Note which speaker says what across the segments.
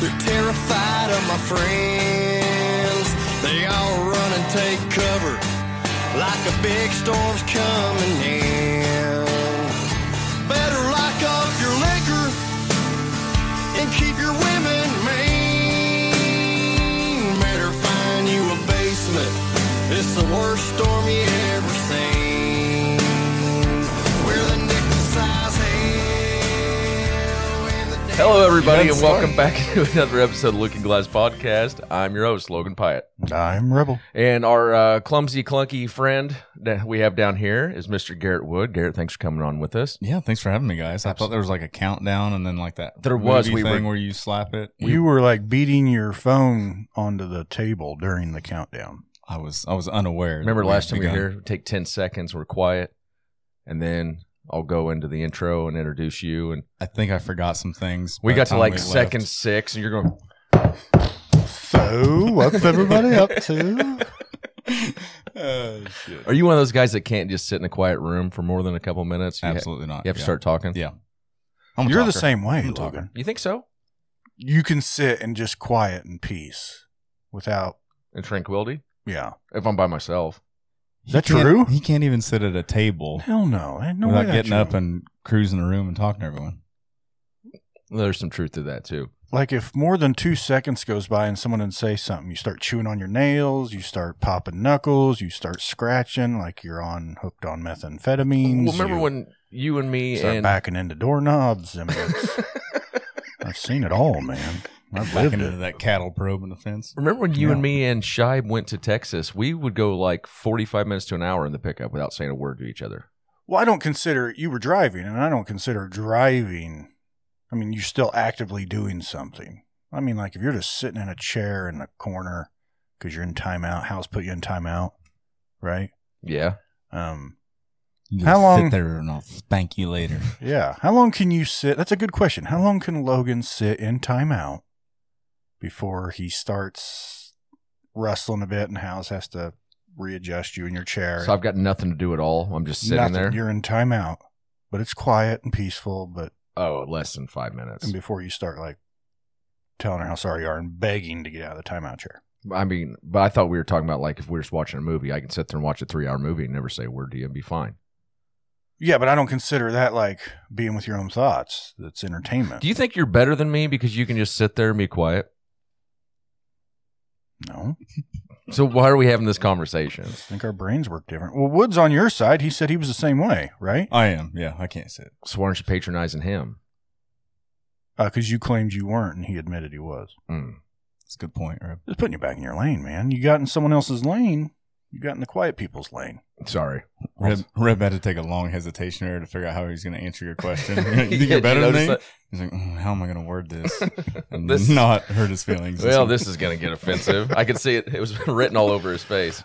Speaker 1: They're terrified of my friends. They all run and take cover like a big storm's coming in. Better lock up your liquor and keep your women mean. Better find you a basement. It's the worst storm you ever seen. We're the nickel-sized hell and the
Speaker 2: Hello, everybody,
Speaker 3: That's
Speaker 2: and welcome back to another episode of Looking Glass Podcast. I'm your host, Logan Pyatt.
Speaker 3: I'm Rebel.
Speaker 2: And our uh, clumsy, clunky friend that we have down here is Mr. Garrett Wood. Garrett, thanks for coming on with us.
Speaker 4: Yeah, thanks for having me, guys. I thought there was like a countdown and then like that.
Speaker 2: There was,
Speaker 4: movie
Speaker 2: we
Speaker 4: thing
Speaker 2: were-
Speaker 4: where you slap it.
Speaker 5: You were like beating your phone onto the table during the countdown.
Speaker 4: I was I was unaware. that
Speaker 2: Remember
Speaker 4: we
Speaker 2: last time
Speaker 4: had
Speaker 2: we were
Speaker 4: begun.
Speaker 2: here, we take 10 seconds, we're quiet, and then I'll go into the intro and introduce you. And
Speaker 4: I think I forgot some things.
Speaker 2: we
Speaker 4: by
Speaker 2: got to
Speaker 4: the time
Speaker 2: like
Speaker 4: we left.
Speaker 2: second six, and you're going,
Speaker 5: So, what's everybody up to?
Speaker 4: Oh, shit.
Speaker 2: Are you one of those guys that can't just sit in a quiet room for more than a couple minutes? You ha-
Speaker 4: Absolutely not.
Speaker 2: You have to
Speaker 4: yeah.
Speaker 2: start talking?
Speaker 4: Yeah. I'm a
Speaker 5: You're the
Speaker 4: talker.
Speaker 5: same way,
Speaker 4: I'm a talker.
Speaker 5: Logan.
Speaker 2: You think so?
Speaker 5: You can sit and just quiet and peace without,
Speaker 2: In tranquility?
Speaker 5: yeah.
Speaker 2: If I'm by myself.
Speaker 4: He
Speaker 5: that
Speaker 4: can't-
Speaker 5: true?
Speaker 4: He can't even sit at a table
Speaker 5: Hell no. Ain't no way
Speaker 4: without
Speaker 5: that
Speaker 4: getting
Speaker 5: you-
Speaker 4: up and cruising the room and talking to everyone.
Speaker 2: There's some truth to that, too.
Speaker 5: Like, if more than two seconds goes by and someone didn't say something, you start chewing on your nails, you start popping knuckles, you start scratching like you're on hooked on methamphetamines.
Speaker 2: Well, remember
Speaker 5: you
Speaker 2: when you and me
Speaker 5: start
Speaker 2: and
Speaker 5: backing into doorknobs? I mean, it's- I've seen it all, man. I've
Speaker 4: Back
Speaker 5: lived
Speaker 4: into
Speaker 5: it.
Speaker 4: that cattle probe in the fence.
Speaker 2: Remember when you and
Speaker 5: Yeah.
Speaker 2: me and Shibe went to Texas? We would go like 45 minutes to an hour in the pickup without saying a word to each other.
Speaker 5: Well, I don't consider you were driving, and I don't consider driving. I mean, you're still actively doing something. I mean, like if you're just sitting in a chair in the corner because you're in timeout, house put you in timeout, right?
Speaker 2: Yeah.
Speaker 5: Um,
Speaker 4: You
Speaker 5: How
Speaker 4: just
Speaker 5: long-
Speaker 4: Sit there and I'll spank you later.
Speaker 5: yeah. How long can you sit? That's a good question. How long can Logan sit in timeout before he starts rustling a bit and House has to readjust you in your chair?
Speaker 2: So I've got nothing to do at all. I'm just sitting
Speaker 5: Nothing.
Speaker 2: there.
Speaker 5: You're in timeout, but it's quiet and peaceful. But
Speaker 2: oh, less than five minutes.
Speaker 5: And before you start like telling her how sorry you are and begging to get out of the timeout chair.
Speaker 2: I mean, but I thought we were talking about like if we're just watching a movie, I can sit there and watch a three hour movie and never say a word to you and be fine.
Speaker 5: Yeah, but I don't consider that like being with your own thoughts. That's entertainment.
Speaker 2: Do you think you're better than me because you can just sit there and be quiet?
Speaker 5: no.
Speaker 2: So why are we having this conversation?
Speaker 5: I think our brains work different. Well, Wood's on your side. He said he was the same way, right?
Speaker 4: I am. Yeah, I can't sit.
Speaker 2: So why aren't you patronizing him?
Speaker 5: Because Uh, you claimed you weren't, and he admitted he was.
Speaker 2: Mm.
Speaker 4: That's a good point, Reb.
Speaker 5: Just putting you back in your lane, man. You got in someone else's lane. You got in the quiet people's lane.
Speaker 2: Sorry.
Speaker 4: Reb, Reb had to take a long hesitation there to figure out how he was going to answer your question. you think
Speaker 2: Yeah,
Speaker 4: you're better
Speaker 2: you
Speaker 4: than me?
Speaker 2: notice
Speaker 4: He's like, "Mm, how am I going to word this? And
Speaker 2: This-
Speaker 4: not hurt his feelings.
Speaker 2: Well, this is going to get offensive. I could see it. It was written all over his face.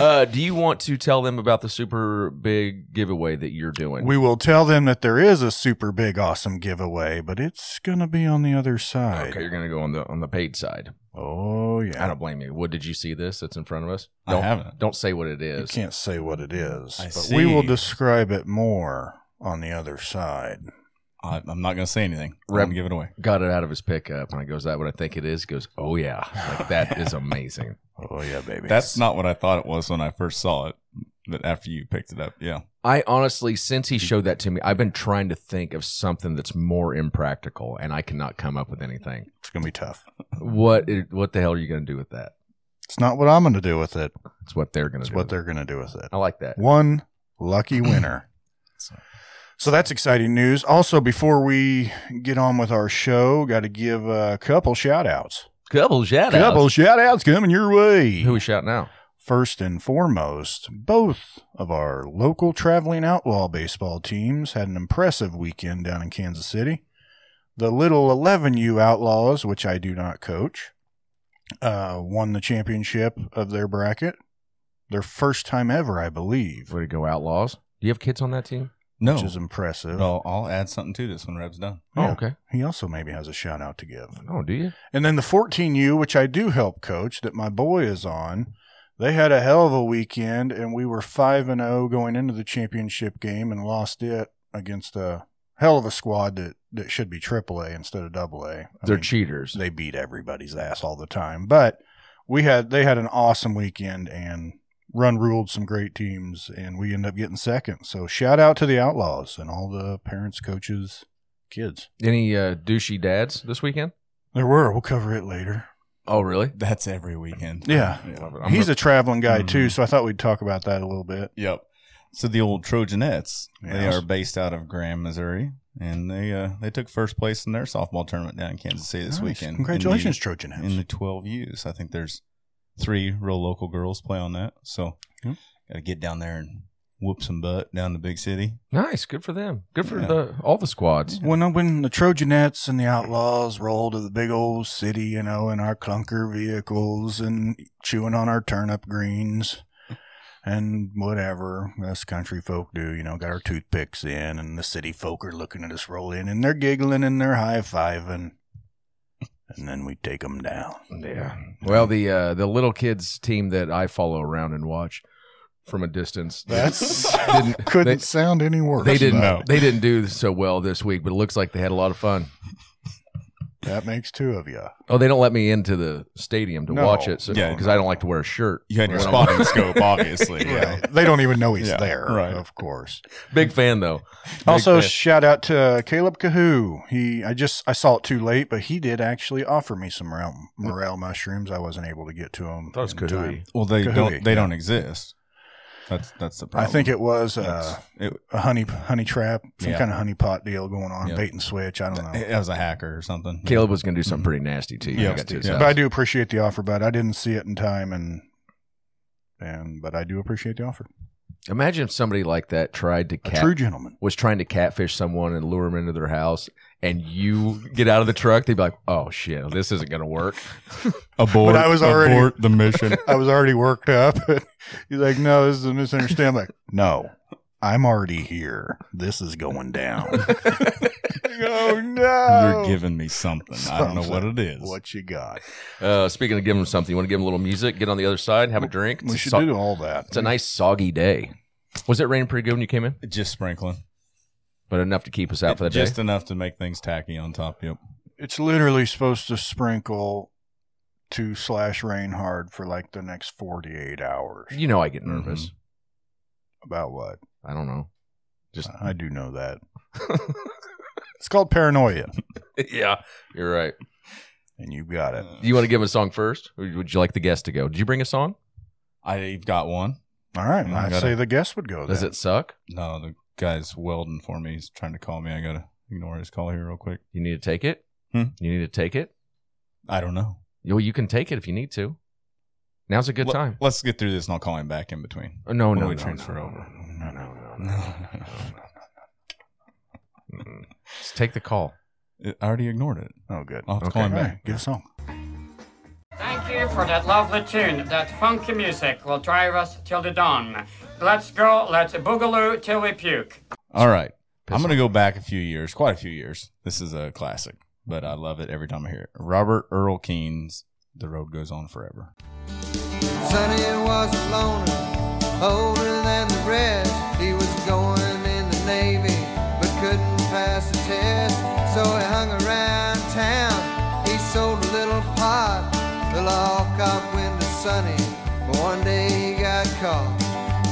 Speaker 2: Uh, do you want to tell them about the super big giveaway that you're doing?
Speaker 5: We will tell them that there is a super big, awesome giveaway, but it's going to be on the other side.
Speaker 2: okay, you're going to go on the on the paid side.
Speaker 5: Oh, yeah.
Speaker 2: I don't blame you. What did you see this that's in front of us?
Speaker 4: I haven't.
Speaker 2: Don't say what it
Speaker 5: You
Speaker 2: is.
Speaker 5: can't say what it is,
Speaker 4: I
Speaker 5: but we will
Speaker 4: see.
Speaker 5: describe it more on the other side.
Speaker 4: I, I'm not going to say anything. I'm
Speaker 2: Reb-
Speaker 4: going to give it away.
Speaker 2: Got it out of his pickup, and I goes that what I think it is. He goes, oh yeah, like that is amazing.
Speaker 5: Oh yeah, baby.
Speaker 4: That's not what I thought it was when I first saw it, but after you picked it up, yeah.
Speaker 2: I honestly, since he showed that to me, I've been trying to think of something that's more impractical, and I cannot come up with anything.
Speaker 5: it's gonna be tough.
Speaker 2: What i- what the hell are you going to do with that?
Speaker 5: It's not what I'm gonna do with it.
Speaker 2: It's what they're going to
Speaker 5: It's
Speaker 2: do.
Speaker 5: what
Speaker 2: with it.
Speaker 5: they're gonna do with it.
Speaker 2: I like that.
Speaker 5: One lucky winner. So that's exciting news. Also, before we get on with our show, got to give a couple shout outs.
Speaker 2: Couple shout
Speaker 5: Couple shout outs coming your way.
Speaker 2: Who we shouting out?
Speaker 5: First and foremost, both of our local traveling outlaw baseball teams had an impressive weekend down in Kansas City. The little 11U Outlaws, which I do not coach, uh, won the championship of their bracket. Their first time ever, I believe,
Speaker 2: Way to go, Outlaws. Do you have kids on that team?
Speaker 4: No.
Speaker 5: which is impressive.
Speaker 4: I'll, I'll add something to this when Reb's done.
Speaker 2: Oh,
Speaker 5: Yeah.
Speaker 2: okay.
Speaker 5: He also maybe has a shout out to give.
Speaker 2: Oh, do you?
Speaker 5: And then the 14U, which I do help coach, that my boy is on. They had a hell of a weekend, and we were five and zero going into the championship game, and lost it against a hell of a squad that that should be AAA instead of Double A.
Speaker 2: They're cheaters.
Speaker 5: They beat everybody's ass all the time, but we had they had an awesome weekend and run ruled some great teams, and we ended up getting second. So shout out to the Outlaws and all the parents, coaches, kids.
Speaker 2: Any uh, douchey dads this weekend?
Speaker 5: There were. We'll cover it later.
Speaker 2: Oh, really?
Speaker 4: That's every weekend.
Speaker 5: Yeah.
Speaker 2: I'm
Speaker 5: He's
Speaker 2: re-
Speaker 5: a traveling guy
Speaker 4: Mhm.
Speaker 5: too, so I thought we'd talk about that a little bit.
Speaker 4: Yep. So the old Trojanettes, they
Speaker 5: Yes.
Speaker 4: are based out of Graham, Missouri, and they uh, they took first place in their softball tournament down in Kansas City this
Speaker 5: Nice.
Speaker 4: weekend.
Speaker 5: Congratulations,
Speaker 4: in
Speaker 5: Trojan
Speaker 4: the,
Speaker 5: House.
Speaker 4: in the 12 U's. I think there's three real local girls play on that. So
Speaker 5: Hmm.
Speaker 4: got to get down there and whoop some butt down the big city.
Speaker 2: nice. Good for them. Good for
Speaker 4: Yeah.
Speaker 2: the all the squads.
Speaker 5: when uh, when the Trojanettes and the Outlaws roll to the big old city, you know, in our clunker vehicles and chewing on our turnip greens and whatever us country folk do, you know, got our toothpicks in, and the city folk are looking at us roll in, and they're giggling and they're high fiving, and then we take them down.
Speaker 2: Yeah. Well, the uh, the little kids team that I follow around and watch from a distance.
Speaker 5: That's
Speaker 2: didn't-
Speaker 5: couldn't
Speaker 2: they-
Speaker 5: sound any worse.
Speaker 2: They didn't.
Speaker 4: No.
Speaker 2: They didn't do so well this week, but it looks like they had a lot of fun.
Speaker 5: That makes two of you.
Speaker 2: Oh, they don't let me into the stadium to
Speaker 5: No.
Speaker 2: watch it, so
Speaker 4: Yeah.
Speaker 2: because I don't like to wear a shirt.
Speaker 4: You had your
Speaker 2: Well,
Speaker 4: spotting scope, obviously. Yeah.
Speaker 5: They don't even know he's
Speaker 4: Yeah,
Speaker 5: there,
Speaker 4: right.
Speaker 5: of course.
Speaker 2: Big fan though. Big
Speaker 5: also,
Speaker 2: fan.
Speaker 5: shout out to Caleb Kahoo. He, I just, I saw it too late, but he did actually offer me some morel, morel mushrooms. I wasn't able to get to them.
Speaker 2: thought it was
Speaker 5: in time.
Speaker 2: Kahooey.
Speaker 4: Well, they
Speaker 5: Kahooey,
Speaker 4: don't they
Speaker 5: yeah.
Speaker 4: don't exist. That's that's the
Speaker 5: I
Speaker 4: problem.
Speaker 5: think it was
Speaker 4: That's-
Speaker 5: uh,
Speaker 4: it,
Speaker 5: a honey honey trap, some
Speaker 4: Yeah.
Speaker 5: kind of honey pot deal going on,
Speaker 4: Yeah.
Speaker 5: bait and switch. I don't know.
Speaker 4: it was a hacker or something.
Speaker 2: Caleb was going to do something pretty nasty to you. when I
Speaker 4: Yeah.
Speaker 2: got to his
Speaker 4: Yeah.
Speaker 2: house.
Speaker 5: But I do appreciate the offer, but I didn't see it in time, and and but I do appreciate the offer.
Speaker 2: Imagine if somebody like that tried to
Speaker 5: A
Speaker 2: catch.
Speaker 5: true gentleman.
Speaker 2: was trying to catfish someone and lure them into their house and you get out of the truck, they'd be like, oh shit, this isn't going to work.
Speaker 4: Abort,
Speaker 5: But I was already-
Speaker 4: abort the mission.
Speaker 5: I was already worked up. He's like, no, this is a misunderstanding. I'm like, no, I'm already here. This is going down. oh no!
Speaker 4: You're giving me something. I don't know what it is.
Speaker 5: What you got?
Speaker 2: Uh, speaking of giving them something, you want to give them a little music, get on the other side, have a drink. It's
Speaker 5: We
Speaker 2: a
Speaker 5: should
Speaker 2: so-
Speaker 5: do all that.
Speaker 2: It's a nice soggy day. Was it raining pretty good when you came in?
Speaker 4: Just sprinkling.
Speaker 2: But enough to keep us out for the
Speaker 4: Just
Speaker 2: day.
Speaker 4: enough to make things tacky on top. Yep.
Speaker 5: It's literally supposed to sprinkle to slash rain hard for like the next 48 hours.
Speaker 2: you know I get nervous.
Speaker 5: About what?
Speaker 2: I don't know.
Speaker 5: I do know that. It's called paranoia,
Speaker 2: yeah, you're right.
Speaker 5: and you got it.
Speaker 2: You want to give them a song first? Or would you like the guest to go? Did you bring a song?
Speaker 4: I've got one.
Speaker 5: All right,
Speaker 4: You
Speaker 5: I
Speaker 4: got
Speaker 5: say
Speaker 4: it.
Speaker 5: the guest would go.
Speaker 2: Does
Speaker 5: Then.
Speaker 2: it suck?
Speaker 4: No, the guy's welding for me. He's trying to call me. I gotta ignore his call here real quick.
Speaker 2: You need to take it?
Speaker 4: Hmm.
Speaker 2: You need to take it?
Speaker 4: I don't know.
Speaker 2: Well, you can take it if you need to. Now's a good
Speaker 4: Let-
Speaker 2: time.
Speaker 4: Let's get through this and I'll call him back in between.
Speaker 2: Oh, no,
Speaker 4: When
Speaker 2: no,
Speaker 4: we
Speaker 2: no,
Speaker 4: transfer
Speaker 2: no,
Speaker 4: over.
Speaker 2: No, no, no, no.
Speaker 4: No,
Speaker 2: Mm-mm. Just take the call.
Speaker 4: It- I already ignored it.
Speaker 5: Oh, good.
Speaker 4: I'll have to
Speaker 2: Okay.
Speaker 4: call him
Speaker 5: All
Speaker 4: back.
Speaker 5: right, get a song.
Speaker 6: Thank you for that lovely tune. That funky music will drive us till the dawn. Let's go, let's boogaloo till we puke.
Speaker 4: All right.
Speaker 2: Piss
Speaker 4: I'm going to go back a few years, quite a few years. This is a classic, but I love it every time I hear it. Robert Earl Keene's The Road Goes On Forever.
Speaker 1: Sonny was a loner, older than the rest. He was going in the Navy, but couldn't pass the test. So he hung around town. He sold a little pot. The law caught wind of Sonny, but one day he got caught.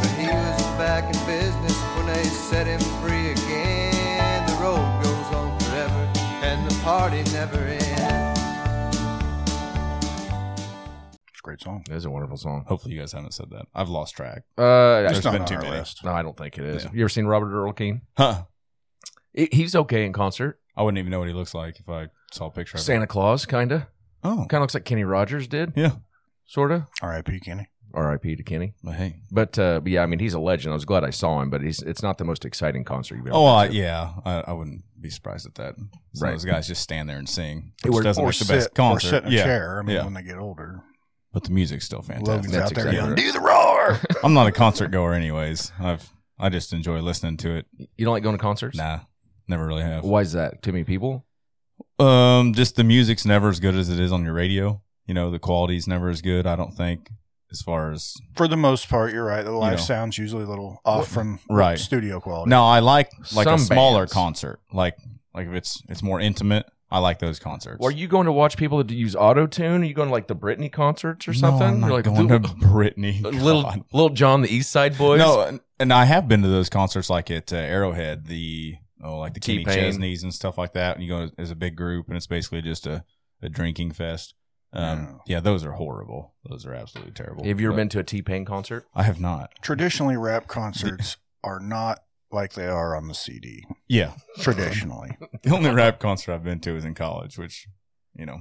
Speaker 1: But he was back in business when they set him free again. The road goes on forever, and the party never ends.
Speaker 5: It's a great song.
Speaker 2: It is a wonderful song.
Speaker 4: Hopefully, you guys haven't said that. I've lost track.
Speaker 2: Uh,
Speaker 4: There's
Speaker 5: not
Speaker 4: been
Speaker 5: on
Speaker 4: too
Speaker 5: our
Speaker 4: many.
Speaker 5: list.
Speaker 2: no, I don't think it is.
Speaker 4: Yeah.
Speaker 2: You ever seen Robert Earl Keane?
Speaker 4: Huh.
Speaker 2: He- He's okay in concert.
Speaker 4: I wouldn't even know what he looks like if I saw a picture of him.
Speaker 2: Santa Claus, kind of.
Speaker 4: Oh,
Speaker 2: Kind of looks like Kenny Rogers did,
Speaker 4: yeah.
Speaker 2: sort of.
Speaker 5: R.I.P. Kenny.
Speaker 2: R.I.P. to Kenny.
Speaker 4: But hey.
Speaker 2: But, uh, but yeah, I mean, he's a legend. I was glad I saw him, but he's it's not the most exciting concert you've ever
Speaker 4: Oh, uh,
Speaker 2: been to.
Speaker 4: yeah. I, I wouldn't be surprised at that. Some
Speaker 2: Right.
Speaker 4: of those guys just stand there and sing,
Speaker 2: It
Speaker 4: which
Speaker 2: would-
Speaker 4: doesn't
Speaker 5: or
Speaker 4: make the
Speaker 5: sit,
Speaker 4: best
Speaker 5: or
Speaker 4: concert.
Speaker 5: sit in a
Speaker 4: yeah.
Speaker 5: chair. I mean,
Speaker 4: Yeah.
Speaker 5: when they get older,
Speaker 4: but the music's still fantastic.
Speaker 5: Logan's out there
Speaker 2: exactly
Speaker 5: yelling,
Speaker 2: right.
Speaker 5: "Do the roar!"
Speaker 4: I'm not a concert goer, anyways. I've I just enjoy listening to it.
Speaker 2: You don't like going to concerts?
Speaker 4: Nah, never really have.
Speaker 2: Why is that? Too many people?
Speaker 4: Um, just the music's never as good as it is on your radio. You know, the quality's never as good. I don't think as far as
Speaker 5: For the most part, you're right. The live
Speaker 4: know.
Speaker 5: sound's usually a little off from
Speaker 4: right.
Speaker 5: studio quality.
Speaker 4: No, I like like
Speaker 2: Some
Speaker 4: a smaller
Speaker 2: bands.
Speaker 4: concert. Like like if it's it's more intimate. I like those concerts.
Speaker 2: Are you going to watch people that use auto tune? Are you going to like the Britney concerts or something?
Speaker 4: No, I'm not
Speaker 2: You're like
Speaker 4: going to
Speaker 2: "Dude,
Speaker 4: Britney. God.
Speaker 2: little little John the East Side Boys.
Speaker 4: No, and, and I have been to those concerts like at uh, Arrowhead, the oh like the Kenny
Speaker 2: T-Pain.
Speaker 4: Chesneys and stuff like that. And you go as a big group, and it's basically just a, a drinking fest. Um,
Speaker 5: Yeah.
Speaker 4: Yeah, those are horrible. Those are absolutely terrible.
Speaker 2: Have you ever
Speaker 4: But
Speaker 2: been to a T Pain concert?
Speaker 4: I have not.
Speaker 5: Traditionally, rap concerts are not like they are on the CD.
Speaker 4: Yeah,
Speaker 5: Traditionally,
Speaker 4: the only rap concert I've been to is in college, which you know,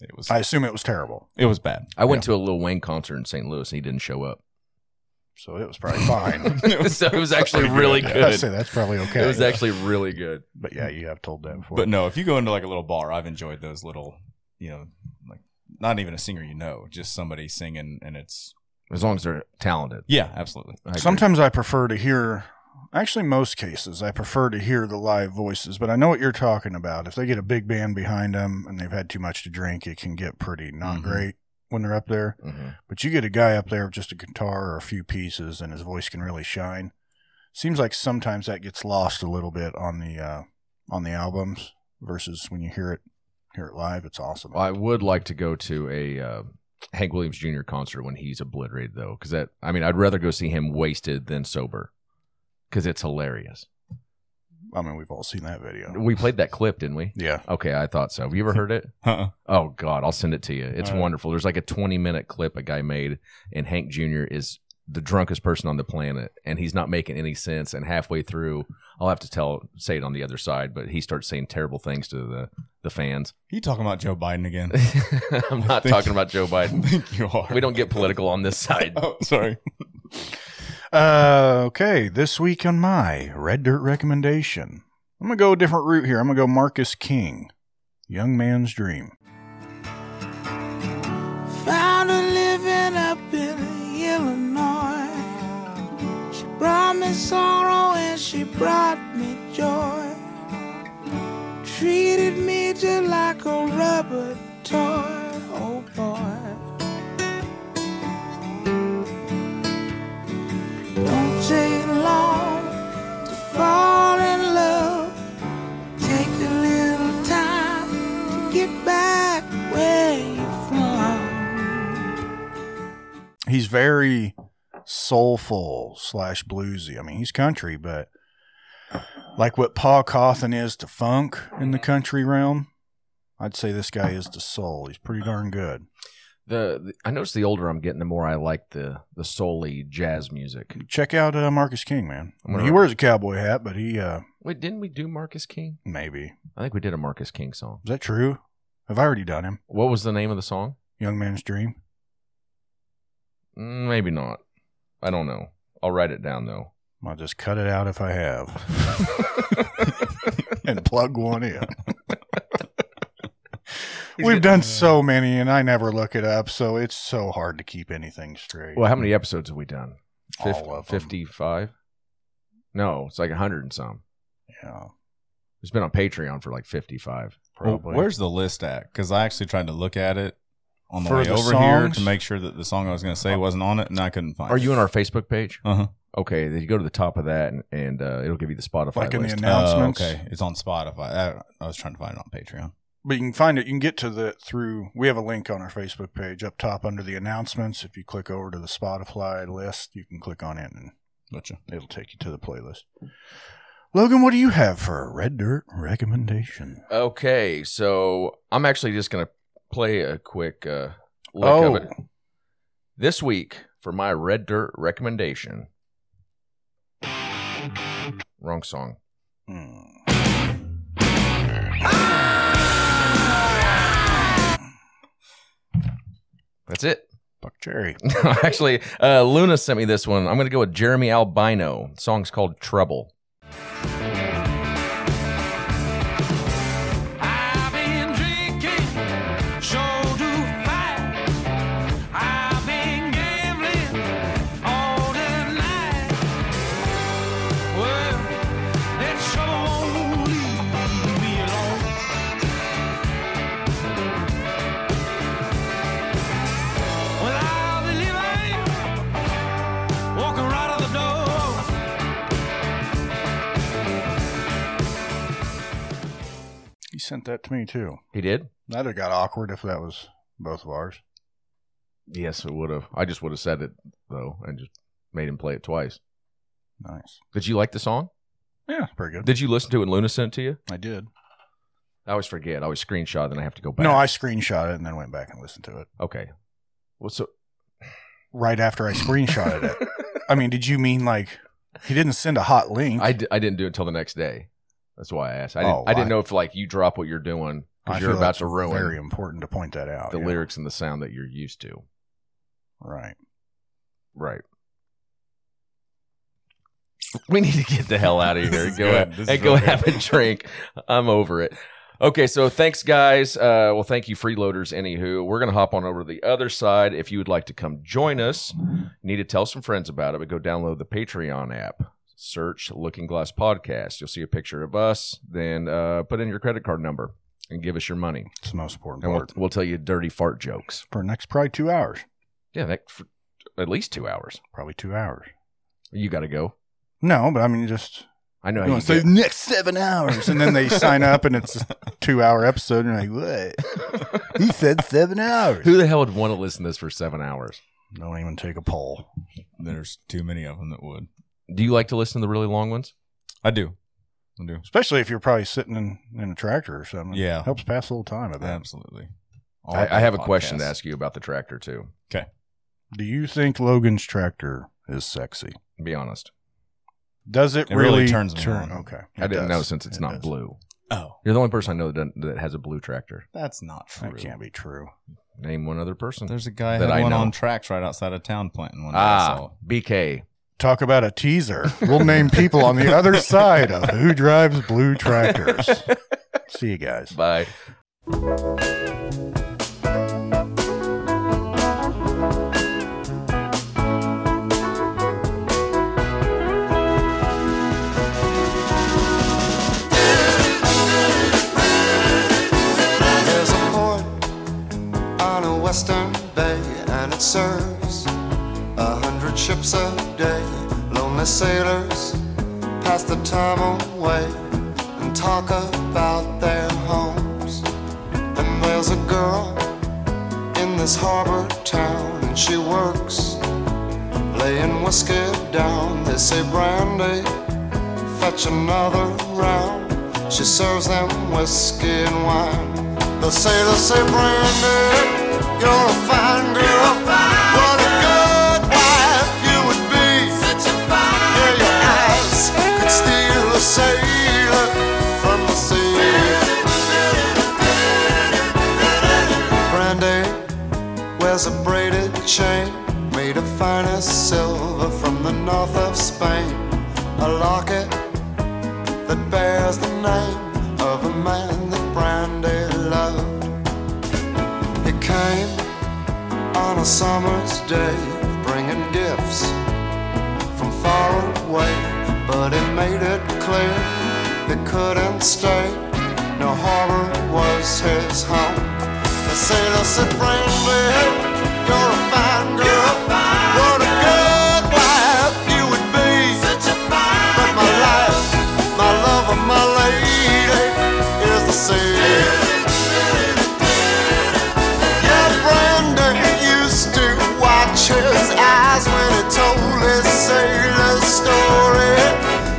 Speaker 4: it was
Speaker 5: I assume it was terrible,
Speaker 4: it was bad.
Speaker 2: I went to a Lil Wayne concert in St. Louis and he didn't show up.
Speaker 5: so it was probably fine.
Speaker 2: so it was actually really
Speaker 5: I
Speaker 2: good.
Speaker 5: say that's probably okay.
Speaker 2: It was actually really good.
Speaker 5: but yeah, you have told that before.
Speaker 4: But no, if you go into like a little bar, I've enjoyed those little, you know, like not even a singer you know, just somebody singing, and it's
Speaker 2: As long as they're talented.
Speaker 4: yeah, absolutely.
Speaker 2: I agree.
Speaker 5: Sometimes I prefer to hear, actually, most cases, I prefer to hear the live voices, but I know what you're talking about. If they get a big band behind them and they've had too much to drink, it can get pretty not
Speaker 2: Mm-hmm.
Speaker 4: Mhm.
Speaker 5: great when they're up there.
Speaker 2: Mhm.
Speaker 5: But you get a guy up there with just a guitar or a few pieces and his voice can really shine. Seems like sometimes that gets lost a little bit on the uh, on the albums versus when you hear it hear it live. It's awesome.
Speaker 2: I would like to go to a uh, Hank Williams Jr. concert when he's obliterated, though, because that I mean, I'd rather go see him wasted than sober, because it's hilarious.
Speaker 5: I mean, we've all seen that video.
Speaker 2: We played that clip, didn't we?
Speaker 5: Yeah,
Speaker 2: Okay, I thought so. Have you ever heard it?
Speaker 4: Uh-uh.
Speaker 2: Oh God, I'll send it to you. It's
Speaker 4: All right.
Speaker 2: wonderful. There's like a 20 minute clip a guy made, and Hank Jr. is the drunkest person on the planet, and he's not making any sense. And halfway through, I'll have to tell say it on the other side, but he starts saying terrible things to the the fans.
Speaker 4: You talking about Joe Biden again?
Speaker 2: I'm not
Speaker 4: think-
Speaker 2: talking about Joe
Speaker 4: I
Speaker 2: Biden.
Speaker 4: think you are.
Speaker 2: We don't get political on this side.
Speaker 4: Oh, sorry.
Speaker 5: Uh, okay, this week on my Red Dirt recommendation, I'm going to go a different route here. I'm going to go Marcus King, Young Man's Dream.
Speaker 7: Found her living up in Illinois. She brought me sorrow and she brought me joy. Treated me just like a rubber toy, oh boy. Don't take long to fall in love. Take a little time to get back where you're from.
Speaker 5: He's very soulful slash bluesy. I mean, he's country, but like what Paul Cawthon is to funk in the country realm, I'd say this guy is to soul. He's pretty darn good.
Speaker 2: The, the- I notice the older I'm getting, the more I like the the souly jazz music.
Speaker 5: Check out uh, Marcus King, man.
Speaker 2: I'm gonna-
Speaker 5: he wears a cowboy hat, but he uh
Speaker 2: Wait, didn't we do Marcus King?
Speaker 5: maybe
Speaker 2: I think we did a Marcus King song.
Speaker 5: is that true? Have I already done him?
Speaker 2: What was the name of the song?
Speaker 5: Young Man's Dream.
Speaker 2: Mm, Maybe not. I don't know. I'll write it down though.
Speaker 5: I'll just cut it out if I have and plug one in. We've done so many and I never look it up, so it's so hard to keep anything straight.
Speaker 2: well, how many episodes have we done?
Speaker 5: All
Speaker 2: Fif-
Speaker 5: of 'em.
Speaker 2: 55? No, it's like 100 and some.
Speaker 5: Yeah,
Speaker 2: It's been on Patreon for like 55.
Speaker 5: probably.
Speaker 4: where's the list at? Because I actually tried to look at it on the
Speaker 5: For
Speaker 4: way
Speaker 5: the
Speaker 4: over here
Speaker 5: songs?
Speaker 4: to make sure that the song I was going to say wasn't on it, and I couldn't find.
Speaker 2: Are you on our Facebook page?
Speaker 5: Uh-huh.
Speaker 4: Uh huh.
Speaker 2: Okay, then you go to the top of that and, and uh, it'll give you the Spotify
Speaker 5: like in the
Speaker 2: list.
Speaker 5: announcements?
Speaker 4: okay, it's on Spotify. I, I was trying to find it on Patreon.
Speaker 5: But you can find it. You can get to the through. We have a link on our Facebook page up top under the announcements. If you click over to the Spotify list, you can click on it and
Speaker 4: Gotcha.
Speaker 5: it'll take you to the playlist. Logan, what do you have for a red dirt recommendation?
Speaker 2: okay, so I'm actually just going to play a quick uh, look
Speaker 5: oh,
Speaker 2: of it. This week, for my Red Dirt recommendation. Wrong song.
Speaker 5: Hmm.
Speaker 2: That's it.
Speaker 5: Buck Cherry.
Speaker 2: Actually, uh, Luna sent me this one. I'm going to go with Jeremy Albino. The song's called Trouble.
Speaker 7: I've been drinking, so do I.
Speaker 5: sent that to me too.
Speaker 2: He did?
Speaker 5: That'd have got awkward if that was both of ours.
Speaker 2: Yes, it would have. I just would have said it though, and just made him play it twice.
Speaker 5: Nice.
Speaker 2: Did you like the song?
Speaker 5: Yeah, it's pretty good.
Speaker 2: Did you listen to it when Luna sent it to you?
Speaker 5: I did.
Speaker 2: I always forget. I always screenshot, then I have to go back.
Speaker 5: No, I screenshot it and then went back and listened to it
Speaker 2: okay. Well, so
Speaker 5: right after I screenshotted it. I mean, did you mean like he didn't send a hot link?
Speaker 2: I, d- I didn't do it until the next day. That's why I asked. I didn't,
Speaker 5: Oh,
Speaker 2: I didn't
Speaker 5: I-
Speaker 2: know if like you drop what you're doing
Speaker 5: I
Speaker 2: because you're
Speaker 5: feel
Speaker 2: about
Speaker 5: that's
Speaker 2: to ruin
Speaker 5: Very important to point that out.
Speaker 2: the
Speaker 5: yeah.
Speaker 2: lyrics and the sound that you're used to.
Speaker 5: Right.
Speaker 2: Right. We need to get the hell out of
Speaker 4: This
Speaker 2: here.
Speaker 4: is
Speaker 2: Go
Speaker 4: good.
Speaker 2: ahead
Speaker 4: This
Speaker 2: and
Speaker 4: is
Speaker 2: go
Speaker 4: really
Speaker 2: have a
Speaker 4: good.
Speaker 2: drink. I'm over it. Okay, so thanks, guys. Uh, well, thank you, freeloaders. Anywho, we're gonna hop on over to the other side. If you would like to come join us, you need to tell some friends about it. But go download the Patreon app. Search Looking Glass Podcast. You'll see a picture of us. Then uh, put in your credit card number and give us your money,
Speaker 5: It's the most important
Speaker 2: and we'll,
Speaker 5: part
Speaker 2: we'll tell you dirty fart jokes.
Speaker 5: for next probably two hours.
Speaker 2: Yeah, that for at least two hours.
Speaker 5: Probably two hours.
Speaker 2: You got to go.
Speaker 5: No, but I mean just
Speaker 2: I know.
Speaker 5: you
Speaker 2: how
Speaker 5: wanna
Speaker 2: you
Speaker 5: say
Speaker 2: get-
Speaker 5: next seven hours, and then they sign up and it's a two hour episode, and you're like, what? He said seven hours.
Speaker 2: Who the hell would want to listen to this for seven hours?
Speaker 5: Don't even take a poll.
Speaker 4: There's too many of them that would.
Speaker 2: Do you like to listen to the really long ones?
Speaker 4: I do. I do.
Speaker 5: Especially if you're probably sitting in, in a tractor or something.
Speaker 4: Yeah.
Speaker 5: Helps pass a little time at that.
Speaker 4: Absolutely.
Speaker 2: I, I have a question to ask you about the tractor too.
Speaker 5: Do you think Logan's tractor is sexy?
Speaker 2: Be honest,
Speaker 5: Does it,
Speaker 4: It really
Speaker 5: really
Speaker 4: turns me
Speaker 5: turn?
Speaker 4: on.
Speaker 5: Okay.
Speaker 2: I
Speaker 5: It
Speaker 2: didn't
Speaker 5: does.
Speaker 2: know since it's
Speaker 5: It
Speaker 2: not
Speaker 5: does.
Speaker 2: blue.
Speaker 4: Oh,
Speaker 2: You're the only person I know that, doesn't- that has a blue tractor.
Speaker 4: that's not true.
Speaker 5: That can't be true.
Speaker 2: Name one other person.
Speaker 4: There's a guy
Speaker 2: That
Speaker 4: had
Speaker 2: I
Speaker 4: one
Speaker 2: know.
Speaker 4: on tracks right outside of town planting one. Ah, I
Speaker 2: ah
Speaker 4: saw.
Speaker 2: BK.
Speaker 5: Talk about a teaser. We'll name people on the other side of who drives blue tractors. See you guys.
Speaker 2: Bye.
Speaker 1: There's a port on a western bay, and it serves a hundred ships a day. Lonely sailors pass the time away and talk about their homes. And there's a girl in this harbor town, and she works laying whiskey down. They say brandy, fetch another round. She serves them whiskey and wine. The sailors say, Brandy, you're a fine girl. What a good wife you would be. Such a fine yeah, your eyes could steal a sailor from the sea. Brandy wears a braided chain made of finest silver from the north of Spain. A locket that bears the name of a man that Brandy loved. He came on a summer's day, bringing gifts from far away, but he made it clear he couldn't stay. No harbor was his home. The sailor said, Brandy, you're a fine girl. What a good wife you would be. But my life, my love, and my lady is the sea. Yeah, Brandon used to watch his eyes when he told his sailor story.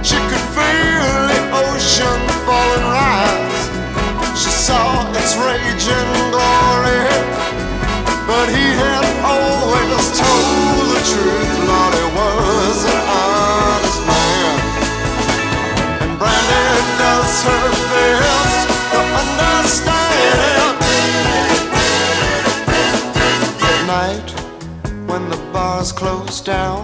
Speaker 1: She could feel the ocean falling rise. She saw its raging glory. But he had always told the truth, Lord, he was an honest man. And Brandon does her best to understand. At night, when the bars close down,